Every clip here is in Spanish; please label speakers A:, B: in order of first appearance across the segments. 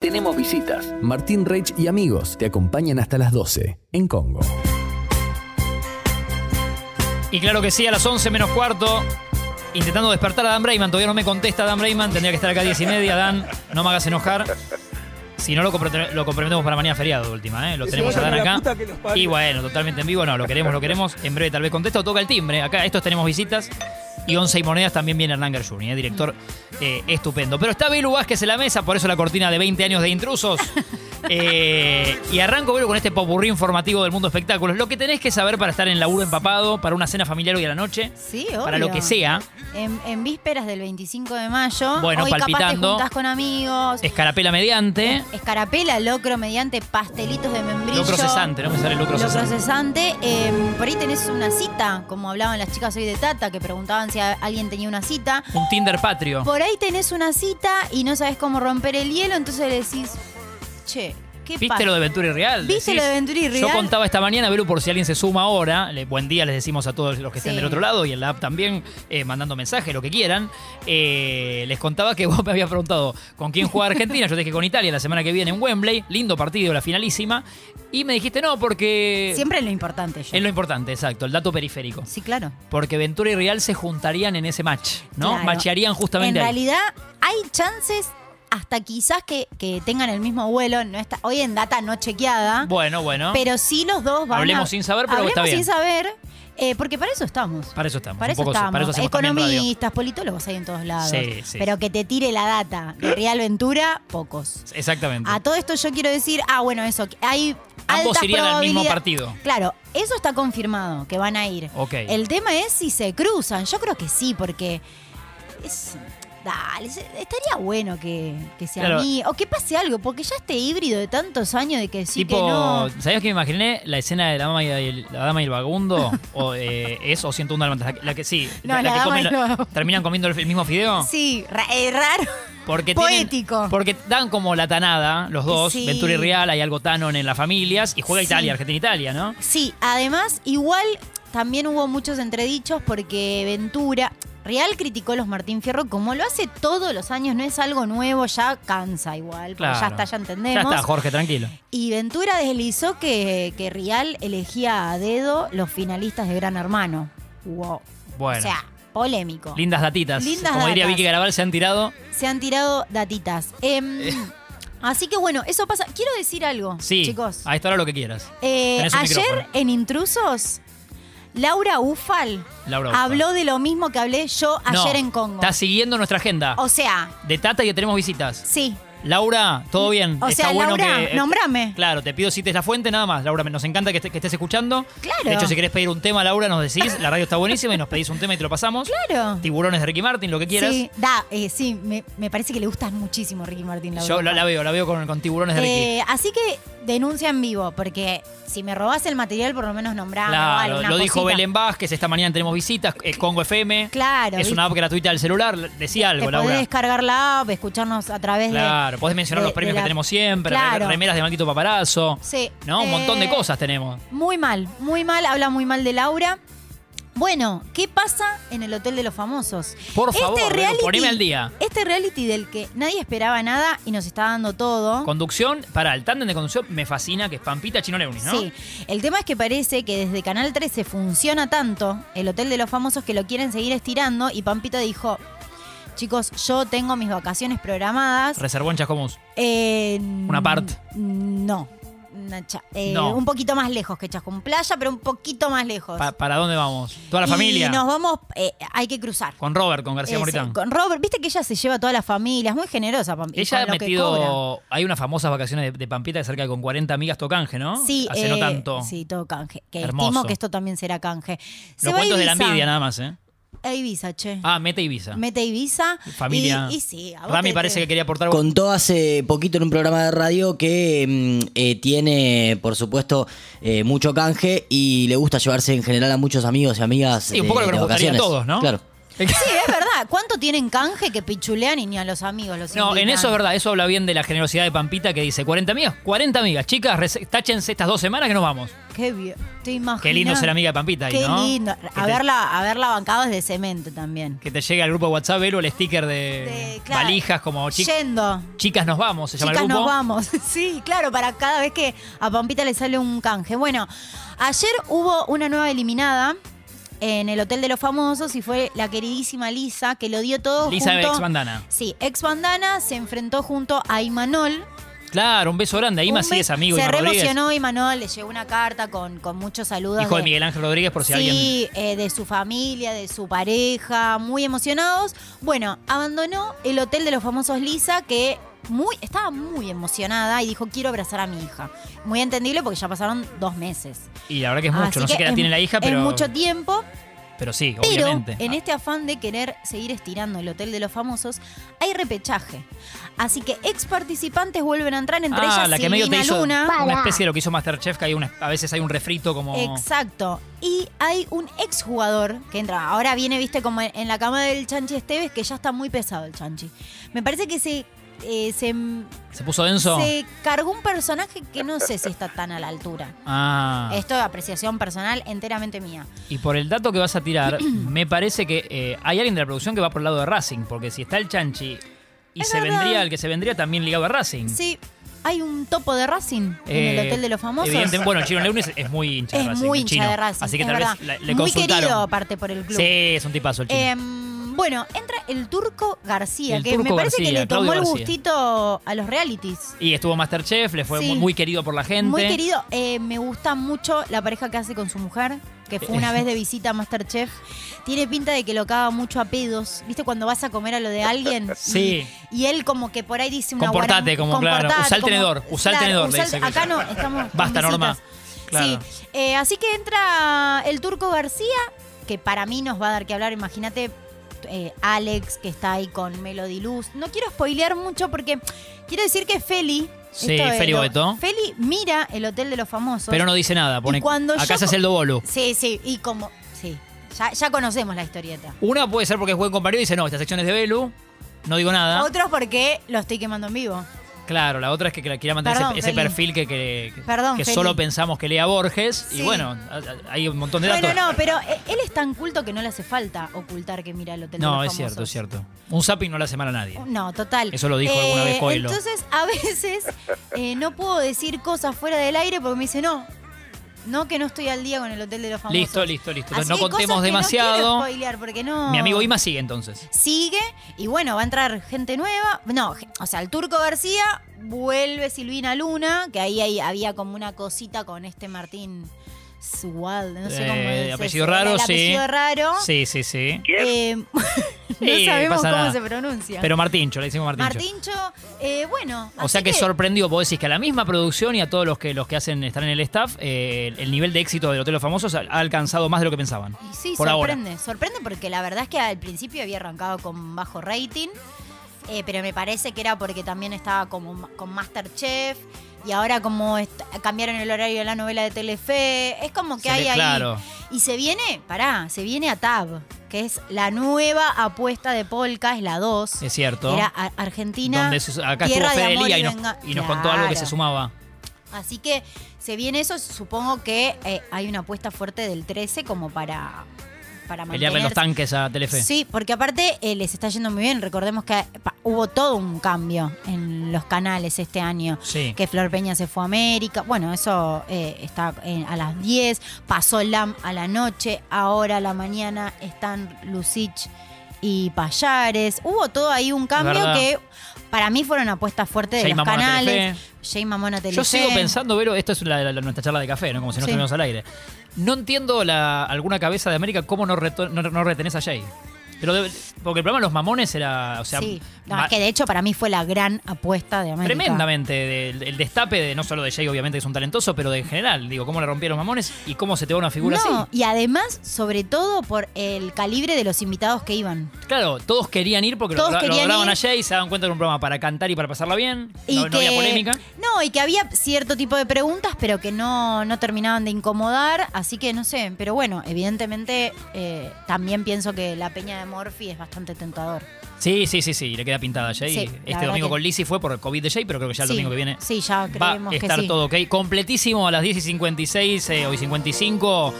A: tenemos visitas.
B: Martín Reich y amigos te acompañan hasta las 12 en Congo.
C: Y claro que sí, a las 11 menos cuarto, intentando despertar a Dan Brayman. Todavía no me contesta Dan Brayman, tendría que estar acá a 10 y media. Dan, no me hagas enojar. Si no, lo, compre- lo comprometemos para mañana feriado, de última, ¿eh? Lo
D: Que se
C: tenemos a
D: vayan
C: Dan
D: a la
C: acá.
D: puta que los parió.
C: Y bueno, totalmente en vivo, no, lo queremos, lo queremos. En breve tal vez contesta o toca el timbre. Acá, estos tenemos visitas. Y Once y Monedas también viene Hernán Gershuni, ¿eh? director eh, estupendo. Pero está Belu Vázquez en la mesa, por eso la cortina de 20 años de intrusos. Eh, y arranco, Belu, con este popurrí informativo del mundo espectáculos. Lo que tenés que saber para estar en laburo empapado, para una cena familiar hoy a la noche,
E: Sí, obvio.
C: para lo que sea.
E: En, en vísperas del 25 de mayo.
C: Bueno,
E: hoy capaz te
C: palpitando.
E: juntás con amigos.
C: Escarapela mediante.
E: Escarapela, locro mediante pastelitos de membrillo.
C: Lucro cesante, no me sale lucro
E: Locro
C: cesante.
E: cesante. Eh, por ahí tenés una cita, como hablaban las chicas hoy de Tata, que preguntaban si a- alguien tenía una cita.
C: Un Tinder patrio.
E: Por ahí tenés una cita y no sabes cómo romper el hielo, entonces le decís, che, ¿qué pasa?
C: ¿Viste lo de Ventura y Real?
E: ¿Viste lo de Ventura y
C: Yo
E: Real?
C: contaba esta mañana, Belu, por si alguien se suma ahora. le- buen día les decimos a todos los que estén
E: Sí.
C: del otro lado y en la app también, eh, mandando mensaje, lo que quieran. Eh, les contaba que vos me habías preguntado con quién juega Argentina. Yo te dije con Italia la semana que viene en Wembley. Lindo partido, la finalísima. Y me dijiste no, porque
E: Siempre lo importante yo.
C: es lo importante, exacto, el dato periférico.
E: Sí, claro.
C: Porque Ventura y Real se juntarían en ese match, ¿no?
E: Claro.
C: Machearían
E: En
C: justamente ahí.
E: realidad hay chances hasta quizás que, que tengan el mismo vuelo. No está, hoy en data no chequeada.
C: Bueno, bueno.
E: Pero sí los dos van
C: Hablemos
E: a-
C: sin saber, pero está
E: Hablemos
C: bien.
E: sin saber, eh, porque para eso estamos.
C: para eso estamos.
E: Para
C: un
E: eso
C: poco sí,
E: estamos.
C: para eso hacemos también radio.
E: Economistas, politólogos hay en todos lados.
C: Sí, sí.
E: Pero que te tire la data de Real Ventura, pocos.
C: Exactamente.
E: A todo esto yo quiero decir, ah, bueno, eso, que hay
C: Ambos
E: altas
C: irían al mismo
E: probabilidad-
C: partido.
E: Claro, eso está confirmado, que van a ir.
C: Ok.
E: El tema es si se cruzan. Yo creo que sí, porque es- Dale, se- estaría bueno que, que se
C: Claro.
E: amigue, o que pase algo, porque ya este híbrido de tantos años de que sí
C: tipo,
E: que no.
C: ¿sabías que me imaginé la escena de la dama y el, la dama y el vagabundo? o, eh, es o 101 Dálmatas, la, que- la que sí,
E: No,
C: la,
E: la
C: que
E: dama
C: comen
E: y el
C: la-
E: vagabundo.
C: terminan comiendo el, el mismo fideo.
E: Sí, ra- eh, raro.
C: Porque tienen-
E: Poético.
C: porque dan como la tanada los dos,
E: Sí.
C: Ventura y Real, hay algo Tanon en las familias y juega
E: Sí.
C: Italia, Argentina Italia, ¿no?
E: Sí, además, igual también hubo muchos entredichos porque Ventura. Real criticó a los Martín Fierro como lo hace todos los años, no es algo nuevo, ya cansa igual, como ya
C: Claro.
E: está, ya entendemos.
C: Ya está, Jorge, tranquilo.
E: Y Ventura deslizó que, que Real elegía a dedo los finalistas de Gran Hermano. Wow.
C: Bueno.
E: O sea, polémico.
C: Lindas datitas.
E: Lindas
C: como diría
E: datas.
C: Vicky Garabal, se han tirado.
E: Se han tirado datitas. Em, así que bueno, eso pasa. Quiero decir algo,
C: Eh. Sí,
E: chicos.
C: a esta hora lo que quieras.
E: Eh,
C: Tenés un
E: ayer
C: micrófono.
E: en Intrusos, Laura Ufal
C: Laura Ufal.
E: habló de lo mismo que hablé yo
C: No,
E: ayer en Congo.
C: Está siguiendo nuestra agenda.
E: O sea,
C: De Tata que tenemos visitas.
E: sí.
C: Laura, ¿todo bien?
E: O
C: Está
E: sea,
C: bueno
E: Laura,
C: que- eh,
E: nombrame.
C: Claro, te pido cites la fuente nada más, Laura. Nos encanta que, est- que estés escuchando.
E: Claro.
C: De hecho, si querés pedir un tema, Laura, nos decís. La radio está buenísima y nos pedís un tema y te lo pasamos.
E: Claro.
C: Tiburones de Ricky Martin, lo que quieras.
E: Sí, da, eh, sí me, me parece que le gustan muchísimo Ricky Martín. Laura
C: Yo la,
E: Ufal.
C: la veo, la veo con, con tiburones de Ricky.
E: Eh, así que denuncia en vivo, porque si me robás el material, por lo menos nombrame o
C: claro,
E: algo, ah, una
C: lo dijo
E: cosita.
C: Belén Vázquez. Esta mañana tenemos visitas. eh, Congo FM.
E: Claro,
C: Es
E: ¿viste?
C: una app gratuita del celular. Decía
E: Te
C: algo,
E: podés
C: Laura.
E: descargar la app, escucharnos a través de-
C: Claro, podés mencionar
E: de-
C: los premios
E: de la-
C: que tenemos siempre,
E: Claro.
C: remeras de maldito paparazzo.
E: Sí.
C: ¿No? Un montón de
E: Eh,
C: cosas tenemos.
E: Muy mal, muy mal, habla muy mal de Laura. Bueno, ¿qué pasa en el Hotel de los Famosos?
C: Por favor, Belu, poneme al día.
E: Este reality del que nadie esperaba nada y nos está dando todo.
C: Conducción, para el tándem de conducción me fascina, que es Pampita Chino Leunis, ¿no?
E: Sí, el tema es que parece que desde Canal 13 funciona tanto el Hotel de los Famosos que lo quieren seguir estirando y Pampita dijo, chicos, yo tengo mis vacaciones programadas.
C: Reservó en Chascomús.
E: en-
C: Una parte.
E: No. Una cha- eh,
C: No.
E: Un poquito más lejos que Chascón Playa, pero un poquito más lejos.
C: Pa- ¿Para dónde vamos? ¿Toda la familia?
E: Y nos vamos, eh, hay que cruzar.
C: Con Robert, con García
E: Ese,
C: Moritán.
E: con Robert, viste que ella se lleva a toda la familia, es muy generosa, Pampita.
C: Ella ha metido. Hay unas famosas vacaciones de, de Pampita que cerca de con 40 amigas tocanje, ¿no?
E: Sí,
C: Hace no
E: eh,
C: tanto.
E: Sí, todo canje. Que
C: Hermoso.
E: estimo que esto también será canje. Se
C: Los
E: va a
C: cuentos de la
E: Ibiza.
C: envidia, nada más, ¿eh?
E: A Ibiza, che.
C: Ah, Meta Ibiza.
E: Mete Ibiza.
C: Familia.
E: Y, y sí, a vos
C: Rami
E: te-
C: parece que quería aportar algo.
F: Contó hace poquito en un programa de radio que mm, eh, tiene, por supuesto, eh, mucho canje y le gusta llevarse en general a muchos amigos y amigas.
C: Sí, un poco
F: eh,
C: lo que
F: de
C: nos gustaría a
F: vacaciones.
C: todos, ¿no?
F: Claro.
E: Sí, es verdad, verdad, ¿cuánto tienen canje que pichulean y ni a los amigos los
C: No, en
E: invitan?
C: eso es verdad, eso habla bien de la generosidad de Pampita que dice 40 amigas, 40 amigas, chicas, rese- táchense estas dos semanas que nos vamos.
E: Qué bien, te imaginas.
C: Qué lindo ser amiga de Pampita ahí,
E: Qué
C: ¿no?
E: lindo.
C: Que te-
E: Haberla, haberla bancado es de cemento también.
C: Que te llegue al grupo de WhatsApp Velo el sticker de,
E: De- claro,
C: valijas como chi-
E: Yendo.
C: chicas nos vamos, se llama
E: Chicas,
C: el grupo.
E: nos vamos. Sí, claro, para cada vez que a Pampita le sale un canje. Bueno, ayer hubo una nueva eliminada en el Hotel de los Famosos y fue la queridísima Lisa, que lo dio todo
C: Lisa de
E: junto...
C: ex bandana.
E: Sí, ex bandana se enfrentó junto a Imanol.
C: Claro, un beso grande. Ahí
E: Un
C: más sí
E: be-
C: es amigo
E: Se
C: Ima
E: re
C: Rodríguez.
E: emocionó Imanol, le llegó una carta con, con muchos saludos.
C: Hijo de
E: de-
C: Miguel Ángel Rodríguez, por si alguien.
E: sí, eh, de su familia, de su pareja, muy emocionados. Bueno, abandonó el hotel de los famosos Lisa que muy, estaba muy emocionada y dijo quiero abrazar a mi hija. Muy entendible porque ya pasaron dos meses.
C: Y la verdad que es mucho.
E: Así
C: no sé
E: que
C: qué edad
E: es-
C: tiene la hija, pero.
E: Es mucho tiempo,
C: Pero sí,
E: pero
C: obviamente.
E: en este afán de querer seguir estirando el hotel de los famosos, hay repechaje. Así que ex participantes vuelven a entrar, entre
C: ah,
E: ellas
C: la que medio te
E: Silvina
C: hizo
E: Luna.
C: una especie de lo que hizo Masterchef, que hay una- a veces hay un refrito como.
E: Exacto. Y hay un exjugador que entra. Ahora viene, viste, como en en la cama del Chanchi Esteves, que ya está muy pesado el Chanchi. Me parece que se, eh, se,
C: Se puso denso.
E: se cargó un personaje que no sé si está tan a la altura.
C: Ah.
E: Esto es apreciación personal enteramente mía.
C: Y por el dato que vas a tirar, me parece que eh, hay alguien de la producción que va por el lado de Racing, porque si está el Chanchi y
E: Es
C: se
E: verdad.
C: vendría el que se vendría también ligado a Racing.
E: Sí, hay un topo de Racing en
C: Mm. Eh,
E: el Hotel de los Famosos.
C: evidentemente- bueno, Chino Leunis es muy hincha de
E: es
C: Racing.
E: muy
C: el
E: hincha
C: chino.
E: de Racing.
C: Así que
E: es
C: tal
E: verdad.
C: vez la- le
E: muy
C: consultaron.
E: querido, aparte, por el club.
C: Sí, es un tipazo el chino.
E: Em, bueno, entra el turco García,
C: El
E: que
C: Turco
E: me parece que
C: García,
E: le tomó
C: Claudio
E: el
C: García.
E: gustito a los realities.
C: y estuvo Masterchef, le fue
E: sí.
C: muy, muy querido por la gente.
E: Muy querido, eh, me gusta mucho la pareja que hace con su mujer, que fue
C: Eh.
E: una vez de visita a Masterchef. Tiene pinta de que lo caga mucho a pedos. ¿Viste cuando vas a comer a lo de alguien?
C: Sí.
E: Y, y él como que por ahí dice una
C: Comportate,
E: guarán-
C: como, claro,
E: comportate,
C: usá el
E: como-
C: tenedor, usá el tenedor, le
E: usá el-
C: dice que-
E: Acá no, estamos con
C: Basta,
E: visitas.
C: Norma. Claro.
E: Sí. Eh, así que entra el turco García, que para mí nos va a dar que hablar, imagínate. eh, Alex, que está ahí con Melody Luz. No quiero spoilear mucho porque quiero decir que Feli.
C: Sí,
E: esto de
C: Feli
E: lo-
C: Boeto.
E: Feli mira el Hotel de los Famosos.
C: Pero no dice nada. Pone,
E: Y cuando
C: acá
E: yo-
C: se hace el dobolo.
E: Sí, sí, y como. Sí, ya, ya conocemos la historieta.
C: Una puede ser porque es buen compañero y dice, no, esta sección es de Belu, no digo nada.
E: Otros porque lo estoy quemando en vivo.
C: Claro, la otra es que que quiera mantener
E: Perdón,
C: ese, ese
E: Feli.
C: perfil que, que, que-
E: Perdón,
C: que
E: Feli.
C: solo pensamos que lea Borges. Y
E: Sí.
C: bueno, a- a- hay un montón de datos.
E: Bueno, no, pero eh, él es tan culto que no le hace falta ocultar que mira el Hotel
C: No,
E: de
C: es
E: los
C: cierto, es
E: Famosos.
C: cierto. Un zapping no le hace mal a nadie.
E: No, total. Eh,
C: Eso lo dijo alguna vez Coelho.
E: Entonces, a veces eh, no puedo decir cosas fuera del aire porque me dice, no, no que no estoy al día con el Hotel de los Famosos.
C: Listo, listo, listo. Entonces
E: Así
C: no
E: que hay cosas
C: contemos
E: que no
C: demasiado.
E: quiero spoilear porque no-
C: Mi amigo Ima sigue entonces.
E: sigue y bueno, va a entrar gente nueva. No, ge- o sea, el Turco García, vuelve Silvina Luna, que ahí, ahí había como una cosita con este Martín Sual, no sé
C: Eh,
E: cómo
C: de
E: es
C: apellido
E: ese,
C: raro,
E: el
C: sí.
E: apellido raro.
C: Sí, sí, sí.
E: Eh, no
C: Sí,
E: sabemos
C: pasa
E: cómo
C: nada.
E: se pronuncia.
C: Pero Martincho, le decimos Martincho.
E: Martincho, eh, bueno.
C: O
E: así
C: sea que, sorprendió, vos decís que a la misma producción y a todos los que los que hacen están en el staff, eh, el- el nivel de éxito del Hotel de los Famosos ha ha alcanzado más de lo que pensaban.
E: Y sí,
C: por ahora.
E: sorprende. Sorprende porque la verdad es que al principio había arrancado con bajo rating, eh, pero me parece que era porque también estaba como ma- con Masterchef y ahora como est- cambiaron el horario de la novela de Telefe. Es como que
C: Se
E: hay
C: le-
E: ahí.
C: claro.
E: Y se viene, pará, se viene a Tab, que es la nueva apuesta de Polka, es la 2.
C: Es cierto.
E: Era a- Argentina.
C: Donde se- acá
E: tierra
C: estuvo
E: de
C: Fede
E: amor
C: Lía y, nos,
E: venga-
C: y nos contó algo que se
E: Claro.
C: sumaba.
E: Así que se viene eso, supongo que eh, hay una apuesta fuerte del 13 como para, para
C: Pelearle los
E: mantenerse.
C: tanques a Telefe.
E: Sí, porque aparte eh, les está yendo muy bien. Recordemos que pa, hubo todo un cambio en los canales este año.
C: Sí.
E: Que Flor Peña se fue a América. Bueno, eso eh, está eh, a las 10. Pasó LAM a la noche. Ahora a la mañana están Lucich y Payares. Hubo todo ahí un cambio
C: verdad.
E: que para mí fueron apuestas fuertes de
C: Jay
E: los
C: Mamona
E: canales.
C: Telefe.
E: Jay Mamona Telefe.
C: Yo sigo pensando, Vero, esto es la- la- la- nuestra charla de café, ¿no? Como si no
E: Sí.
C: estuviéramos al aire. No entiendo la, alguna cabeza de América cómo no, reto- no, no retenés a Jay. Pero de- porque el problema de los mamones era, o sea,
E: sí. No,
C: ma-
E: es que de hecho para mí fue la gran apuesta de América.
C: tremendamente del- el destape de no solo de Jay, obviamente que es un talentoso, pero de en general, digo, cómo le rompieron los mamones y cómo se te va una figura
E: No,
C: así.
E: y además, sobre todo por el calibre de los invitados que iban.
C: Claro, todos querían ir porque lo-
E: Todos
C: lo,
E: querían
C: lograban
E: ir.
C: a Jay, se daban cuenta que era un programa para cantar y para pasarla bien,
E: Y
C: no, no
E: que,
C: había polémica.
E: No, y que había cierto tipo de preguntas, pero que no, no terminaban de incomodar, así que no sé. Pero bueno, evidentemente eh, también pienso que la Peña de Morphy es bastante tentador.
C: Sí, sí, sí, sí, le queda pintada a Jay.
E: Sí, la
C: este
E: verdad
C: domingo
E: que-
C: con Lizzie fue por el COVID de Jay, pero creo que ya el
E: Sí,
C: domingo que viene
E: Sí, ya
C: va
E: creemos
C: a estar
E: que sí.
C: todo ok. Completísimo a las 10 y 56, eh, hoy 55.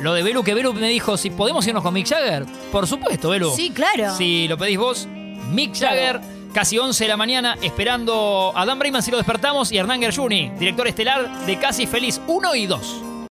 C: Lo de Belu, que Belu me dijo, si podemos irnos con Mick Jagger. Por supuesto, Belu.
E: Sí, claro.
C: Si lo pedís vos, Mick Jagger, casi 11 de la mañana, esperando a Dan Brayman si lo despertamos y Hernán Gershuni, director estelar de Casi Feliz 1 y 2.